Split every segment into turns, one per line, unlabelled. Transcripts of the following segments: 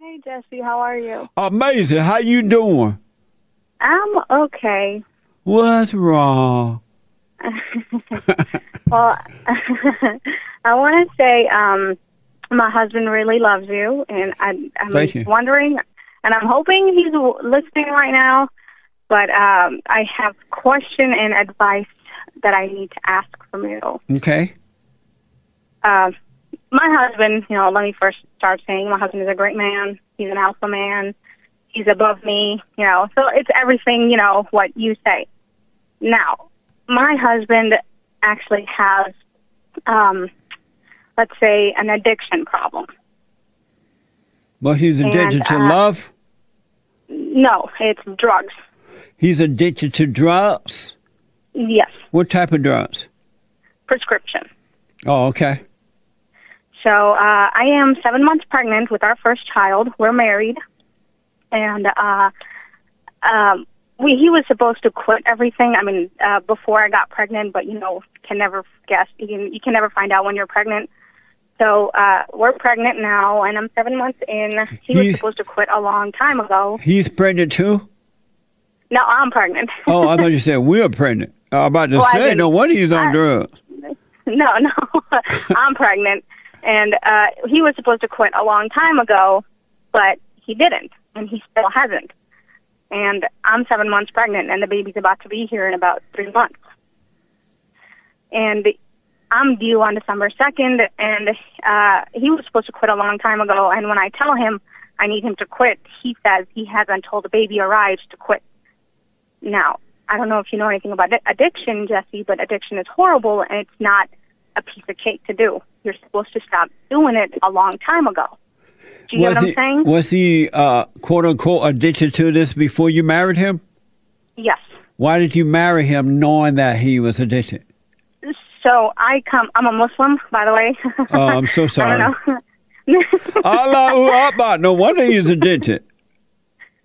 Hey, Jesse, how are you?
Amazing. How you doing?
I'm okay.
What's wrong?
Well, I want to say um, my husband really loves you, and I, I'm
Thank you.
wondering, and I'm hoping he's w- listening right now. But um, I have question and advice that I need to ask from you.
Okay.
uh, my husband, you know, let me first start saying my husband is a great man. He's an alpha man. He's above me, you know. So it's everything, you know, what you say. Now, my husband actually has, um, let's say, an addiction problem.
Well, he's addicted to
uh,
love.
No, it's drugs.
He's addicted to drugs.
Yes,
What type of drugs?
prescription.
Oh, okay.
So uh, I am seven months pregnant with our first child. We're married, and uh, um, we he was supposed to quit everything. I mean, uh, before I got pregnant, but you know, can never guess. You can, you can never find out when you're pregnant. So uh, we're pregnant now, and I'm seven months in. He
He's-
was supposed to quit a long time ago.
He's pregnant too.
No, I'm pregnant.
Oh, I thought you said we're pregnant. I'm about to
Well, I
say,
didn't-
no wonder he's on
I-
drugs.
no, no, I'm pregnant. And uh, he was supposed to quit a long time ago, but he didn't, and he still hasn't. And I'm seven months pregnant, and the baby's about to be here in about three months. And I'm due on December 2nd, and uh, he was supposed to quit a long time ago. And when I tell him I need him to quit, he says he has until the baby arrives to quit. Now, I don't know if you know anything about addi- addiction, Jesse, but addiction is horrible and it's not a piece of cake to do. You're supposed to stop doing it a long time ago. Do you get
was
what
he,
I'm saying?
Was he uh, quote unquote addicted to this before you married him?
yes.
Why did you marry him knowing that he was addicted?
So I come, I'm a Muslim, by the way.
Oh, I'm so
I
sorry.
don't know.
Allahu Akbar. No wonder he's addicted.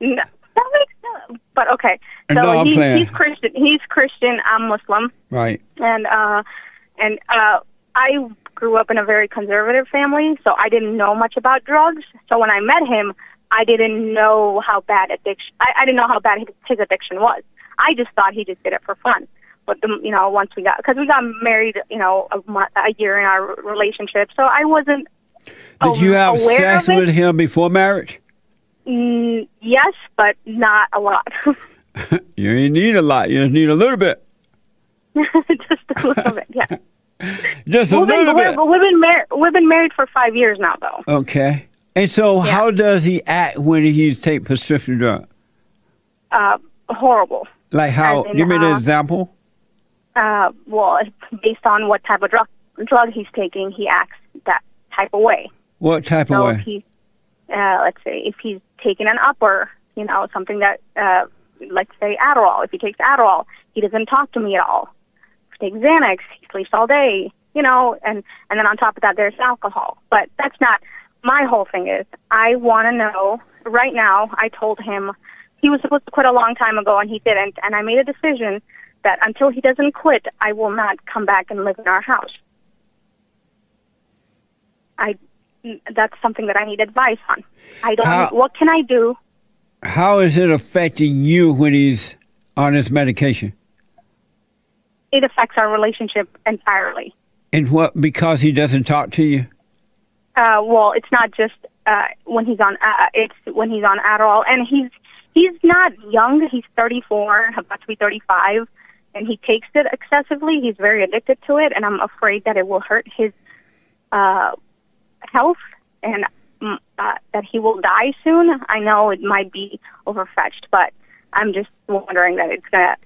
No, that makes no, but okay. So
No, I'm
he's,
playing.
he's Christian. He's Christian. I'm Muslim.
Right.
and uh and uh I grew up in a very conservative family, so I didn't know much about drugs. So when I met him, I didn't know how bad addiction I, I didn't know how bad his, his addiction was. I just thought he just did it for fun. But the, you know, once we got because we got married, you know, a, month, a year in our relationship, so I wasn't.
Did you have
aware
sex
of it.
with him before marriage?
Mm, yes, but not a lot.
You ain't need a lot. You just need a little bit.
just a little bit, yeah.
Just a
We've been,
little
we're-
bit.
we've been married. We've been married for five years now, though.
Okay. And so, how does he act when he take prescription drug?
uh, horrible.
Like how?
As in,
give me an
uh,
example.
Uh, well, based on what type of drug drug he's taking, he acts that type of way.
What type
So
of
if
way?
he's, uh, let's say, if he's taking an upper, you know, something that, uh, let's say Adderall. If he takes Adderall, he doesn't talk to me at all. If he takes Xanax, he sleeps all day, you know, and and then on top of that, there's alcohol. But that's not my whole thing. Is I want to know right now. I told him he was supposed to quit a long time ago, and he didn't. And I made a decision that until he doesn't quit, I will not come back and live in our house. I that's something that I need advice on. I don't.
How-
what can I do?
How is it affecting you when he's on his medication?
It affects our relationship entirely.
And what? Because he doesn't talk to you.
Uh, well, it's not just uh, when he's on. Uh, it's when he's on Adderall, and he's he's not young. He's 34, about to be 35, and he takes it excessively. He's very addicted to it, and I'm afraid that it will hurt his uh, health and mm, uh, that he will die soon. I know it might be overfetched, but I'm just wondering that it's gonna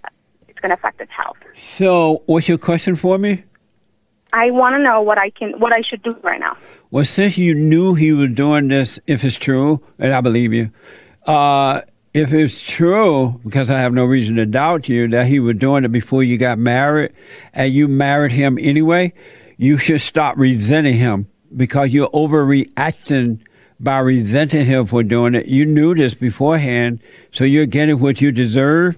it's gonna affect his health.
So, what's your question for me?
I want to know what I can, what I should do right now.
Well, since you knew he was doing this, if it's true, and I believe you, uh, if it's true, because I have no reason to doubt you, that he was doing it before you got married and you married him anyway, you should stop resenting him because you're overreacting by resenting him for doing it. You knew this beforehand, so you're getting what you deserve.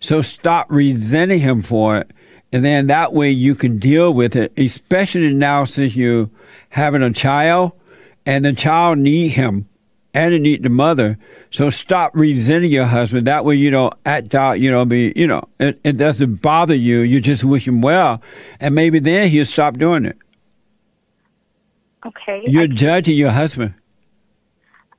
So stop resenting him for it. And then that way you can deal with it, especially now since you having a child and the child need him. and it need the mother. So stop resenting your husband. That way you don't act out, you know, be, you know, it, it doesn't bother you. You just wish him well. And maybe then he'll stop doing it.
Okay.
You're judging your husband.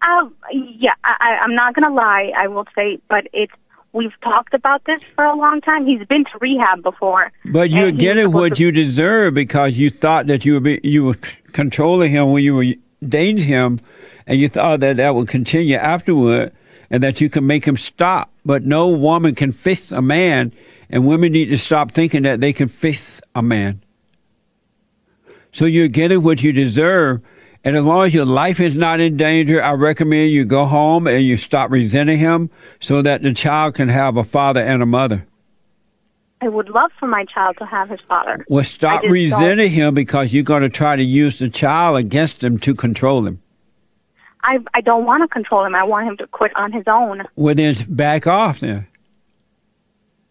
Um, yeah, I, I- I'm not gonna lie. I will say, but it's we've talked about this for a long time. He's been to rehab before.
But
and
you're
he's
getting
supposed
what
to-
you deserve because you thought that you were be, you were c- controlling him when you were dating him, and you thought that that would continue afterward, and that you can make him stop. But no woman can fix a man, and women need to stop thinking that they can fix a man. So you're getting what you deserve. And as long as your life is not in danger, I recommend you go home and you stop resenting him so that the child can have a father and a mother.
I would love for my child to have his father.
Well, stop
just don't-
resenting him because you're going to try to use the child against him to control him.
I I don't want to control him. I want him to quit on his own.
Well, then back off then.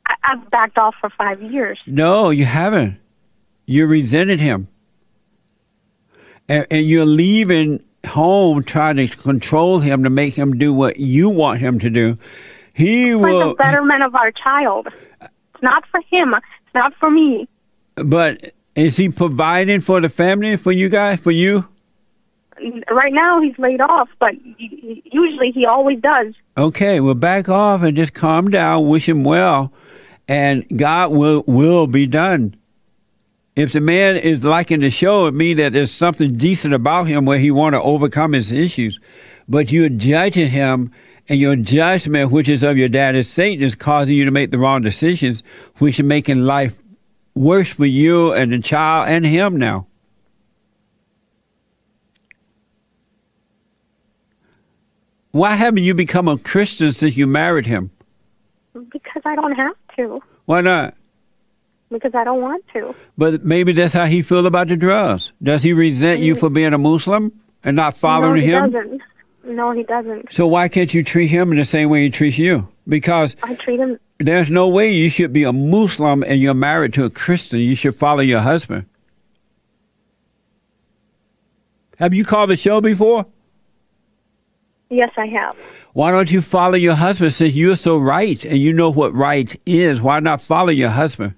I, I've backed off for five years.
No, you haven't. You resented him. And, and you're leaving home trying to control him to make him do what you want him to do. He
For the
will,
betterment of our child. It's not for him. It's not for me.
but is he providing for the family, for you guys, for you?
Right now, he's laid off, but y- y- usually he always does.
Okay, well, back off and just calm down. Wish him well, and God will will be done. If the man is liking the show, it means that there's something decent about him where he want to overcome his issues. But you're judging him, and your judgment, which is of your dad is Satan, is causing you to make the wrong decisions, which is making life worse for you and the child and him now. Why haven't you become a Christian since you married him?
Because I don't have to.
Why not?
Because I don't want to.
But maybe that's how he feel about the drugs. Does he resent you for being a Muslim and not
no,
following
he
him?
Doesn't. No, he doesn't.
So why can't you treat him in the same way he treats you? Because
I treat him.
there's no way you should be a Muslim and you're married to a Christian. You should follow your husband. Have you called the show before?
Yes, I have.
Why don't you follow your husband since you're so right and you know what right is? Why not follow your husband?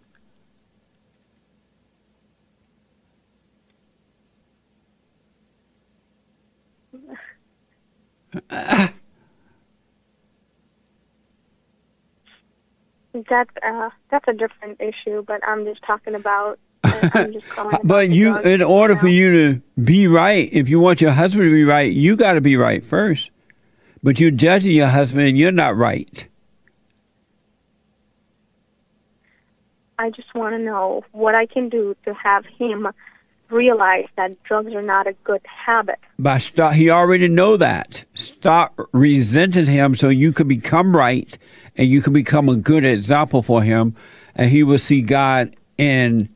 That's uh, that's a different issue, but I'm just talking about. I- I'm just calling about
Uh, But
the
you,
drugs
in
right
order for
now.
you to be right, if you want your husband to be right, you got to be right first. But you're judging your husband, and you're not right.
I just want to know what I can do to have him realize that drugs are not a good habit.
By stop, he already know that. Stop resenting him, so you can become right, and you can become a good example for him, and he will see God in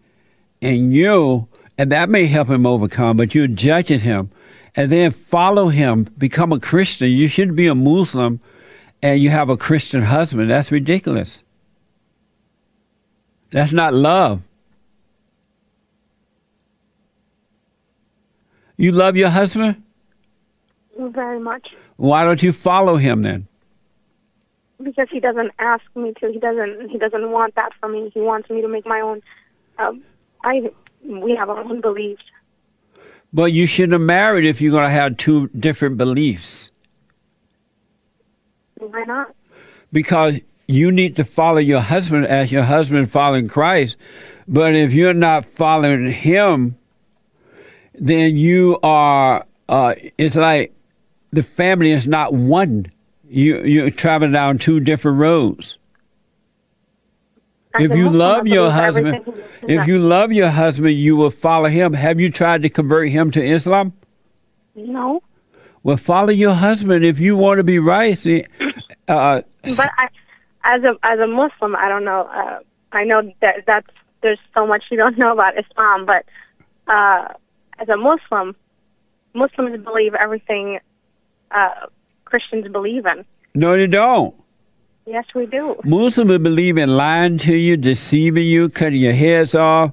in you, and that may help him overcome. But you're judging him, and then follow him, become a Christian. You shouldn't be a Muslim, and you have a Christian husband. That's ridiculous. That's not love. You love your husband?
Very much
Why don't you follow him then?
because he doesn't ask me to. He doesn't. He doesn't want that for me. He wants me to make my own. Um, I we have our own beliefs.
But you shouldn't have married if you're going to have two different beliefs
Why not?
because you need to follow your husband as your husband following Christ. But if you're not following him, then you are, uh, it's like the family is not one. You, you're traveling down two different roads.
As
If
a
you
Muslim, I
love your
believe everything
husband,
he does is
if
right.
you love your husband, you will follow him. Have you tried to convert him to Islam?
no,
Well, follow your husband if you want to be right. See, uh,
but I, as a as a Muslim, I don't know. Uh, I know that that's there's so much you don't know about Islam, but uh, as a Muslim, Muslims believe everything uh, Christians believe in.
no, you don't.
Yes, we do.
Muslims believe in lying to you, deceiving you, cutting your heads off,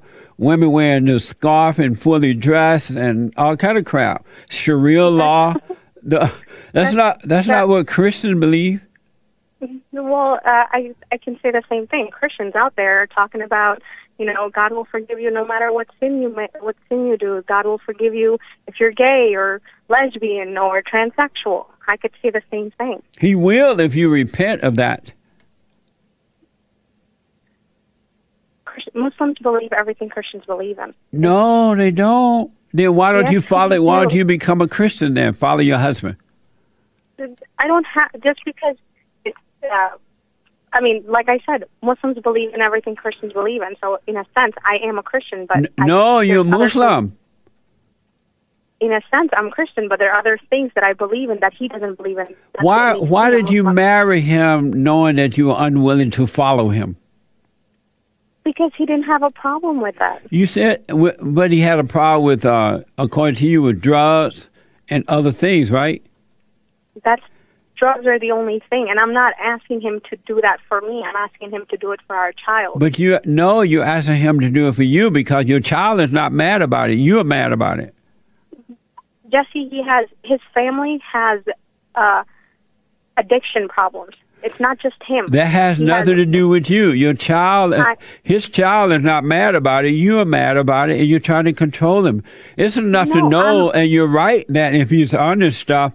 women wearing a scarf and fully dressed, and all kind of crap. Sharia law, The, that's,
That's-
not that's not
that-
what Christians believe.
Well, uh, I I can say the same thing. Christians out there are talking about, you know, God will forgive you no matter what sin you may, what sin you do. God will forgive you if you're gay or lesbian or transsexual. I could say the same thing.
He will if you repent of that.
Christ- Muslims believe everything Christians believe in.
No, they don't. Then why don't
Yes,
you follow? Why don't
they do.
you become a Christian then? Follow your husband.
I don't have just because it's. Uh, I mean, like I said, Muslims believe in everything Christians believe in. So, in a sense, I am a Christian, but
N-
I-
no, you're a
there's other
Muslim.
in a sense, I'm Christian, but there are other things that I believe in that he doesn't believe in. That's
Why
what makes
why
me a
did you
Muslim.
marry him knowing that you were unwilling to follow him?
Because he didn't have a problem with that.
You said, w- but he had a problem with, uh, according to you, with drugs and other things, right?
That's drugs are the only thing, and I'm not asking him to do that for me. I'm asking him to do it for our child.
But you no, you're asking him to do it for you because your child is not mad about it. You're mad about it.
Jesse, he has his family has uh, addiction problems. It's not just him.
That has
He
nothing to do with you. Your child, uh,
I-
his child is not mad about it. You are mad about it, and you're trying to control him. It's enough to
No,
know, and you're right that if he's honest stuff,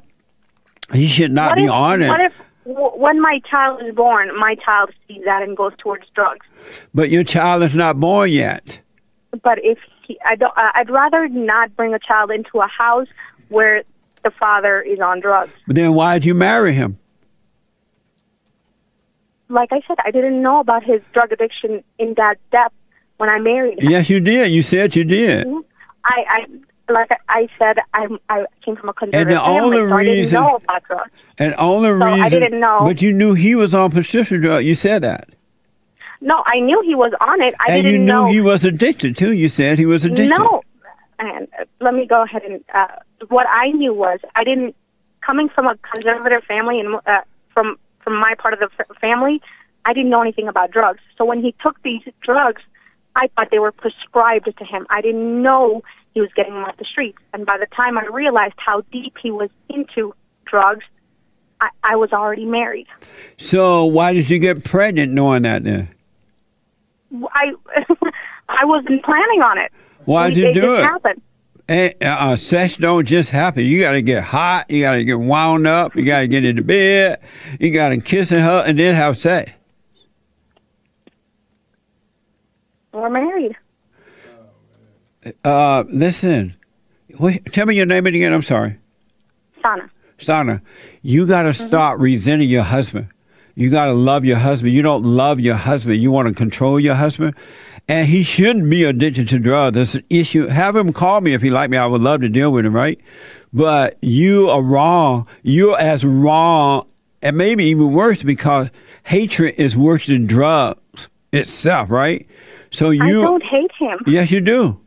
he should not
What
be
if,
on it.
What if w- when my child is born, my child sees that and goes towards drugs?
but your child is not born yet.
but if he, I don't, I- I'd rather not bring a child into a house where the father is on drugs.
Then why did you marry him?
Like I said, I didn't know about his drug addiction in that depth when I married him.
Yes, you did. You said you did.
I, I like I said, I I came from a conservative family,
only
so I didn't
reason-
know about drugs.
And only
I
reason,
didn't know.
but you knew he was on prescription drug. You said that,
No, I knew he was on it. I
and
didn't
you knew
know.
he was addicted too. You said he was addicted.
No, and uh, let me go ahead and uh, what I knew was I didn't coming from a conservative family and uh, from from my part of the f- family, I didn't know anything about drugs. So when he took these drugs, I thought they were prescribed to him. I didn't know he was getting them off the streets. And by the time I realized how deep he was into drugs, I, I was already married.
So why did you get pregnant knowing that then?
I I wasn't planning on it.
Why'd you
it
do
just
it?
Happened.
Eh, uh, sex don't just happen. You got to get hot. You got to get wound up. You got to get into bed. You got to kiss and hug, and then have sex.
We're married.
Uh, listen, wait, tell me your name again. I'm sorry.
Sana.
Sana, you got to
Mm-hmm.
stop resenting your husband. You got to love your husband. You don't love your husband. You want to control your husband. And he shouldn't be addicted to drugs. That's an issue. Have him call me if he like me. I would love to deal with him, right? But you are wrong. You're as wrong and maybe even worse because hatred is worse than drugs itself, right? So
I
you
don't hate him.
Yes, you do.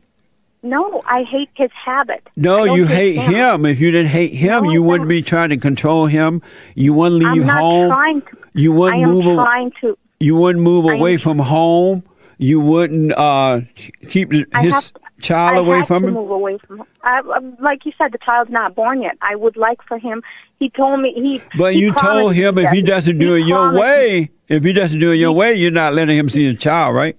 No, I hate his habit. I
No,
don't
you hate
him.
him. If you didn't hate him,
No, I
you
don't.
wouldn't be trying to control him. You wouldn't leave
I'm not
home.
trying to.
You
I
wouldn't
am
move. a-
trying to.
You wouldn't move
am
away from home. You wouldn't uh, keep the-
I
his
have-
child
I
away
have
from
to
him.
move away from him. I, I'm- like you said, the child's not born yet. I would like for him. He told me he.
But
he
you told
promised
him
me
if he
that.
doesn't do it your
promised me-
way, if he doesn't do it your way, you're not letting him see his child, right?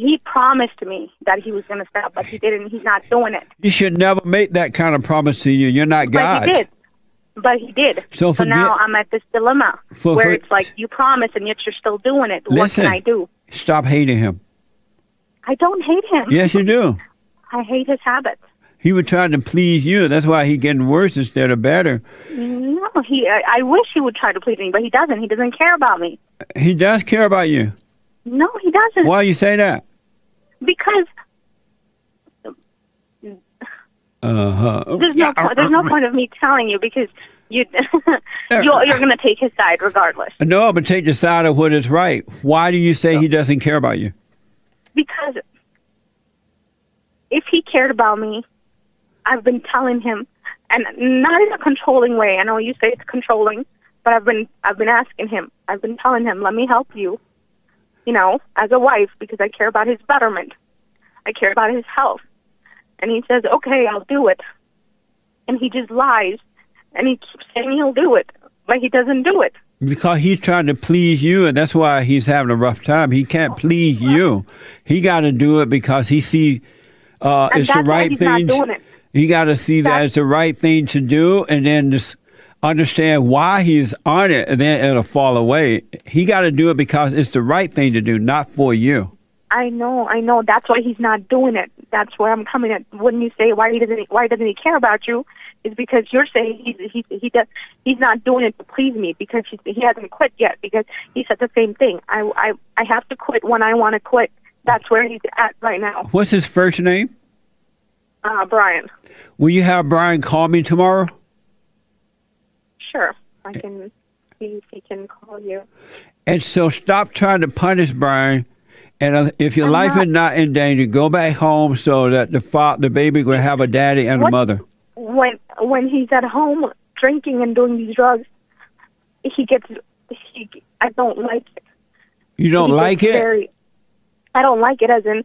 he promised me that he was going to stop, but he didn't. He's not doing it.
You should never make that kind of promise to you. You're not God.
But he did. But he did.
So forget-
now I'm at this dilemma
For-
where
for-
it's like you promise and yet you're still doing it.
Listen.
What can I do?
Stop hating him.
I don't hate him.
Yes, you do.
I hate his habits.
He was trying to please you. That's why he getting worse instead of better.
No, he. I, I wish he would try to please me, but he doesn't. He doesn't care about me.
He does care about you.
No, he doesn't.
Why you say that?
Because
Uh huh.
there's no po- there's no point of me telling you because you you're, you're going to take his side regardless.
No, but take the side of what is right. Why do you say he doesn't care about you?
Because if he cared about me, I've been telling him, and not in a controlling way. I know you say it's controlling, but I've been I've been asking him. I've been telling him, let me help you. You know, as a wife, because I care about his betterment. I care about his health. And he says, okay, I'll do it. And he just lies and he keeps saying he'll do it, but he doesn't do it.
Because he's trying to please you, and that's why he's having a rough time. He can't please you. He got to do it because he see uh,
And
it's
that's
the
why
right
he's not
thing.
doing it.
He got to see that
That's-
it's the right thing to do, and then just understand why he's on it, and then it'll fall away. He got to do it because it's the right thing to do, not for you.
I know, I know. That's why he's not doing it. That's where I'm coming at. When you say why he doesn't, why doesn't he care about you, is because you're saying he he he does he's not doing it to please me because he, he hasn't quit yet. Because he said the same thing. I I I have to quit when I want to quit. That's where he's at right now,
What's his first name?
uh, Brian.
Will you have Brian call me tomorrow?
Sure, I can see if he can call you.
And so stop trying to punish Brian. And uh, if your
I'm
life
not.
is not in danger, go back home so that the fa- the baby will have a daddy and a
What?
mother.
when when he's at home drinking and doing these drugs, he gets he I don't like it.
You don't
He gets
like it?
Very, I don't like it as in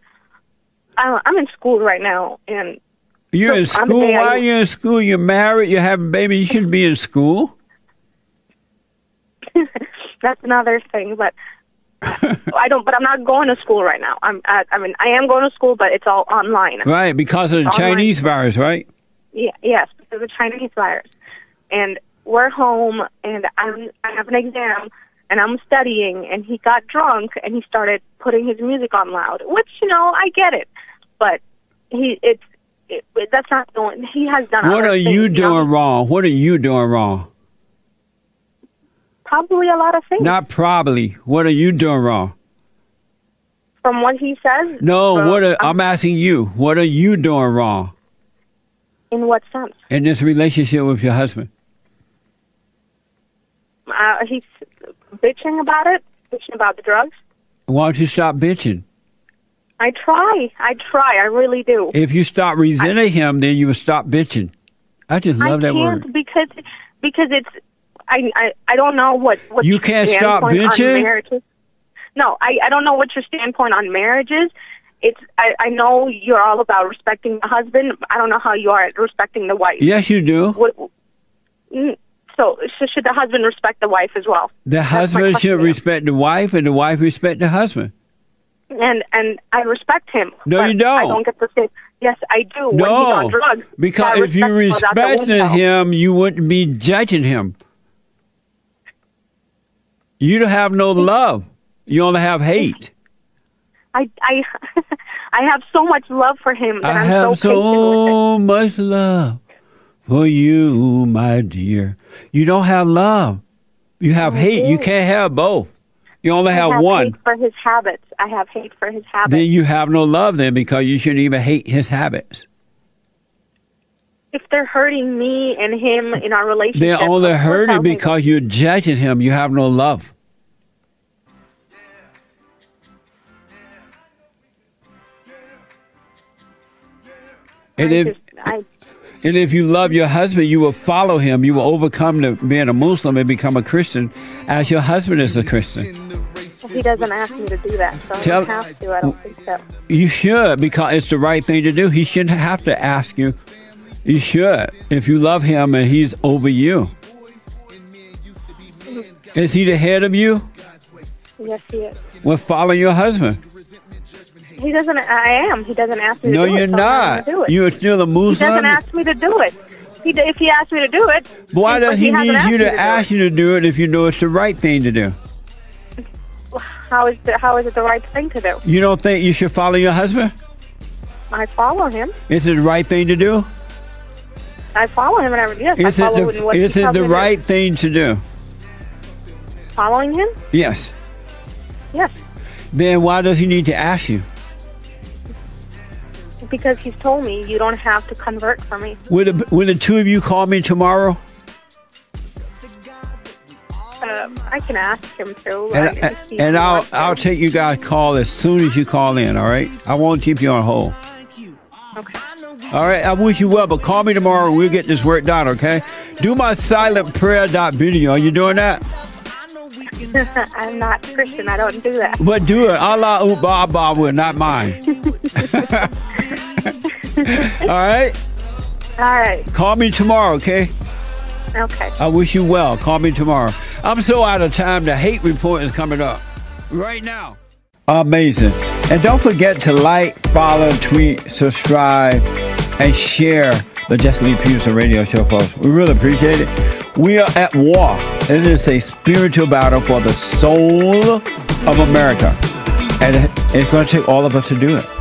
I, I'm in school right now and
You're in
Look, I'm a
school.
daddy.
Why are you in school? You're married. You're having babies. You shouldn't be in school.
that's another thing. But I don't. But I'm not going to school right now. I'm at, I mean I am going to school, but it's all online.
Right, because of the
Online.
Chinese virus, right?
Yeah, yes, because of Chinese virus. And we're home, and I'm I have an exam, and I'm studying, and he got drunk, and he started putting his music on loud, which you know I get it, but he it's it, that's not going. He has done.
what
other
are
things,
you
know?
doing wrong? What are you doing wrong?
Probably a lot of things.
Not probably. What are you doing wrong?
from what he says. um,
No,
from-
what are, I'm asking you. What are you doing wrong
in what sense?
in this relationship with your husband?
Uh, he's bitching about it, bitching about the drugs.
Why don't you stop bitching?
I try, I try, I really do.
If you stop resenting him, then you will stop bitching. I just love
I
that
can't
word.
because because it's I, I I don't know what what
You
your
can't stop
standpoint on
bitching?
marriage is. No, I I don't know what your standpoint on marriage is. It's I I know you're all about respecting the husband. but I don't know how you are at respecting the wife.
Yes, you do.
What, mm, so, so should the husband respect the wife as well?
The
my
husband should
question.
respect the wife, and the wife respect the husband.
And and I respect him.
No,
but
you don't.
I don't get the same. Yes, I do. when he's
No,
on drugs,
because
that
if you
respect goes out the
respected
window.
him, you wouldn't be judging him. You don't have no love. You only have hate.
I I I have so much love for him that
I
am
have
so patient with it.
so much love for you, my dear. You don't have love. You have hate. You
do.
can't have both. You only
I
have,
have
one.
hate for his habits. I have hate for his habits.
Then you have no love then because you shouldn't even hate his habits.
if they're hurting me and him in our relationship,
They're only
of course I'll
hurting
hate them.
because you're judging him. You have no love. And
I
if,
just- I,
and if you love your husband, you will follow him. You will overcome the, being a Muslim and become a Christian as your husband is a Christian.
he doesn't ask me to do that, so I
Tell-
don't have to. I don't think so.
You should because it's the right thing to do. He shouldn't have to ask you. You should if you love him and he's over you. Is he the head of you?
Yes, he is.
Well, follow your husband.
He doesn't. I am. He doesn't ask me
No,
to do
you're
it. so I'm gonna
not.
Do it.
You're still a
he doesn't
Muslim.
ask me to do it. He, d- if he asked me to do it,
Why
but
does he
hasn't
need
asked
you
me
to
do
ask you to do it if you know it's the right thing to do?
it. How is the, how is it the right thing to do?
You don't think you should follow your husband?
I follow him.
Is it the right thing to do?
I follow him and I yes,
Is
I
it
follow in
the,
what
is
he
it
tells
the
me to do.
right thing to do?
following him?
Yes.
Yes,
Then why does he need to ask you?
because he's told me you don't have to convert for me.
Will the, will the two of you call me tomorrow?
Uh, I can ask him to.
And,
uh, if he
and I'll
wants to.
I'll take you guys call as soon as you call in. All right. I won't keep you on hold.
Okay.
All right, I wish you well, but call me tomorrow and we'll get this work done, okay? Do my silent prayer dot video. Are you doing that?
I'm not Christian. I don't do that.
But do it. Allah Uba Abba will, not mine. All right?
All right.
Call me tomorrow, okay?
Okay.
I wish you well. Call me tomorrow. I'm so out of time. The hate report is coming up right now. Amazing. And don't forget to like, follow, tweet, subscribe, and share the Jesse Lee Peterson radio show, folks. We really appreciate it. We are at war. It is a spiritual battle for the soul of America. And it- it's going to take all of us to do it.